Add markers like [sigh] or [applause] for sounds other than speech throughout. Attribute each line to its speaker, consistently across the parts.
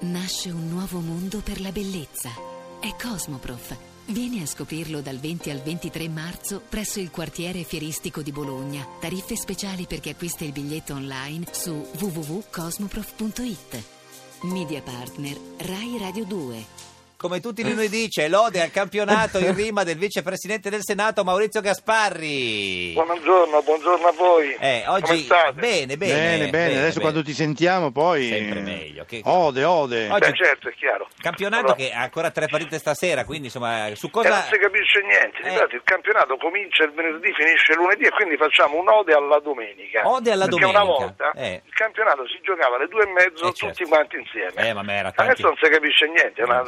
Speaker 1: Nasce un nuovo mondo per la bellezza. È Cosmoprof. Vieni a scoprirlo dal 20 al 23 marzo presso il quartiere fieristico di Bologna. Tariffe speciali per chi acquista il biglietto online su www.cosmoprof.it. Media partner Rai Radio 2.
Speaker 2: Come tutti i lunedì c'è lode al campionato in rima del vicepresidente del Senato Maurizio Gasparri.
Speaker 3: Buongiorno, buongiorno a voi.
Speaker 2: Eh,
Speaker 3: Come
Speaker 2: oggi
Speaker 3: state?
Speaker 2: bene, bene,
Speaker 4: Bene, bene, adesso
Speaker 2: bene.
Speaker 4: quando ti sentiamo poi...
Speaker 2: Sempre meglio, che-
Speaker 4: Ode, ode.
Speaker 2: Oggi-
Speaker 3: Beh, certo, è chiaro.
Speaker 2: Campionato
Speaker 3: Allora,
Speaker 2: che ha ancora tre partite stasera, quindi insomma su
Speaker 3: eh, non
Speaker 2: cosa...
Speaker 3: si capisce niente,
Speaker 2: Eh.
Speaker 3: ripeto, il campionato comincia il venerdì, finisce il lunedì e quindi facciamo un ode alla domenica.
Speaker 2: Ode alla
Speaker 3: Perché
Speaker 2: domenica,
Speaker 3: una volta
Speaker 2: eh.
Speaker 3: il campionato si giocava alle due e mezzo
Speaker 2: Eh,
Speaker 3: tutti
Speaker 2: certo.
Speaker 3: quanti insieme.
Speaker 2: Eh, ma me era tanti- Mm.
Speaker 3: Adesso non si capisce niente. è una-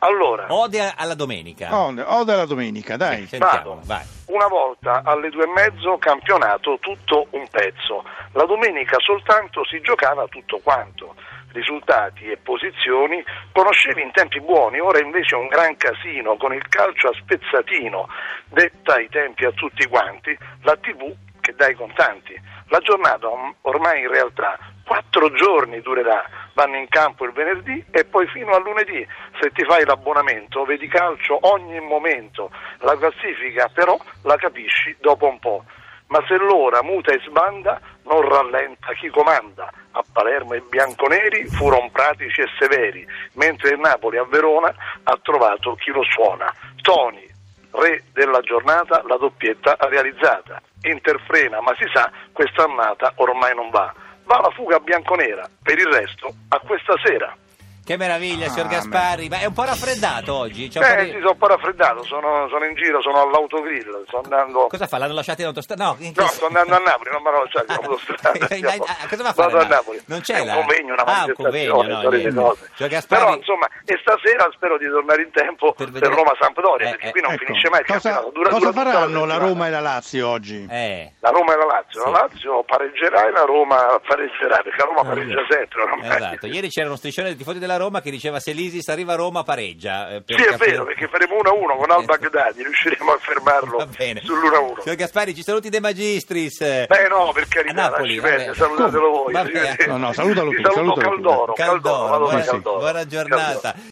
Speaker 3: Allora,
Speaker 2: Ode alla domenica. Eh,
Speaker 4: Ode, ode alla domenica, Oh, dai.
Speaker 2: Sentiamo,
Speaker 3: Vado.
Speaker 2: vai.
Speaker 3: una volta alle due e mezzo campionato tutto un pezzo, la domenica soltanto si giocava tutto quanto. Risultati e posizioni conoscevi in tempi buoni, ora invece è un gran casino con il calcio a spezzatino, detta i tempi a tutti quanti, la TV che dà i contanti. La giornata om- ormai in realtà quattro giorni durerà, vanno in campo il venerdì e poi fino a lunedì. Se ti fai l'abbonamento vedi calcio ogni momento, la classifica però la capisci dopo un po'. Ma se l'ora muta e sbanda, non rallenta chi comanda. A Palermo i bianconeri furono pratici e severi, mentre il Napoli a Verona ha trovato chi lo suona. Toni, re della giornata, la doppietta realizzata. Interfrena, ma si sa, quest'annata ormai non va. Va la fuga bianconera, per il resto a questa sera.
Speaker 2: Che meraviglia, signor
Speaker 4: Ah,
Speaker 2: Gasparri. Ma è un po' raffreddato oggi. C'è un po'
Speaker 3: Eh,
Speaker 2: di-
Speaker 3: sì, sono un po' raffreddato, sono, sono in giro, sono all'autogrill, sto andando...
Speaker 2: Cosa fa? L'hanno lasciato in autostrada? No, in-
Speaker 3: No, sto andando a Napoli, non mi
Speaker 2: [laughs]
Speaker 3: hanno lasciato in autostrada.
Speaker 2: Ah,
Speaker 3: stiamo-
Speaker 2: ah, cosa va a fare
Speaker 3: Vado a
Speaker 2: a Napoli?
Speaker 3: Napoli.
Speaker 2: Non c'è
Speaker 3: È un
Speaker 2: la-
Speaker 3: convegno, una
Speaker 2: Ah, un
Speaker 3: manifestazione,
Speaker 2: convegno, no,
Speaker 3: solite
Speaker 2: niente.
Speaker 3: cose.
Speaker 2: Cioè, Gasparri-
Speaker 3: Però, insomma, e stasera spero di tornare in tempo
Speaker 2: Per
Speaker 3: per,
Speaker 2: vedere-
Speaker 3: Roma-Sampdoria,
Speaker 2: Eh,
Speaker 3: perché
Speaker 2: eh.
Speaker 3: qui non
Speaker 4: Ecco,
Speaker 3: finisce mai il
Speaker 4: cosa,
Speaker 3: campionato. Dura- dura
Speaker 4: cosa
Speaker 3: tutta
Speaker 4: faranno la
Speaker 3: settimana.
Speaker 4: Roma e la Lazio oggi?
Speaker 2: Eh.
Speaker 3: La Roma e la Lazio,
Speaker 2: Sì.
Speaker 3: la Lazio pareggerà e la Roma pareggerà, perché la Roma pareggia sempre ormai.
Speaker 2: Esatto. Ieri c'era uno striscione dei tifosi della Roma che diceva se l'Isis arriva a Roma pareggia. eh, per
Speaker 3: Sì, è
Speaker 2: capire-
Speaker 3: vero, perché faremo 1-1 con Al Baghdadi, riusciremo a
Speaker 2: Va
Speaker 3: fermarlo
Speaker 2: bene.
Speaker 3: sull'1-1.
Speaker 2: Signor Gasparri, ci saluti De Magistris.
Speaker 3: Beh no, per carità,
Speaker 2: A Napoli,
Speaker 3: lasci perdere,
Speaker 2: vabbè.
Speaker 3: salutatelo voi.
Speaker 2: Vabbè.
Speaker 3: arrivederci.
Speaker 4: No, no, salutalo
Speaker 3: Vi
Speaker 4: tu,
Speaker 3: saluto
Speaker 4: salutalo tu.
Speaker 3: Caldoro, Caldoro,
Speaker 2: Caldoro,
Speaker 3: vado da
Speaker 2: buona,
Speaker 3: Caldoro.
Speaker 2: buona giornata.
Speaker 3: Caldoro.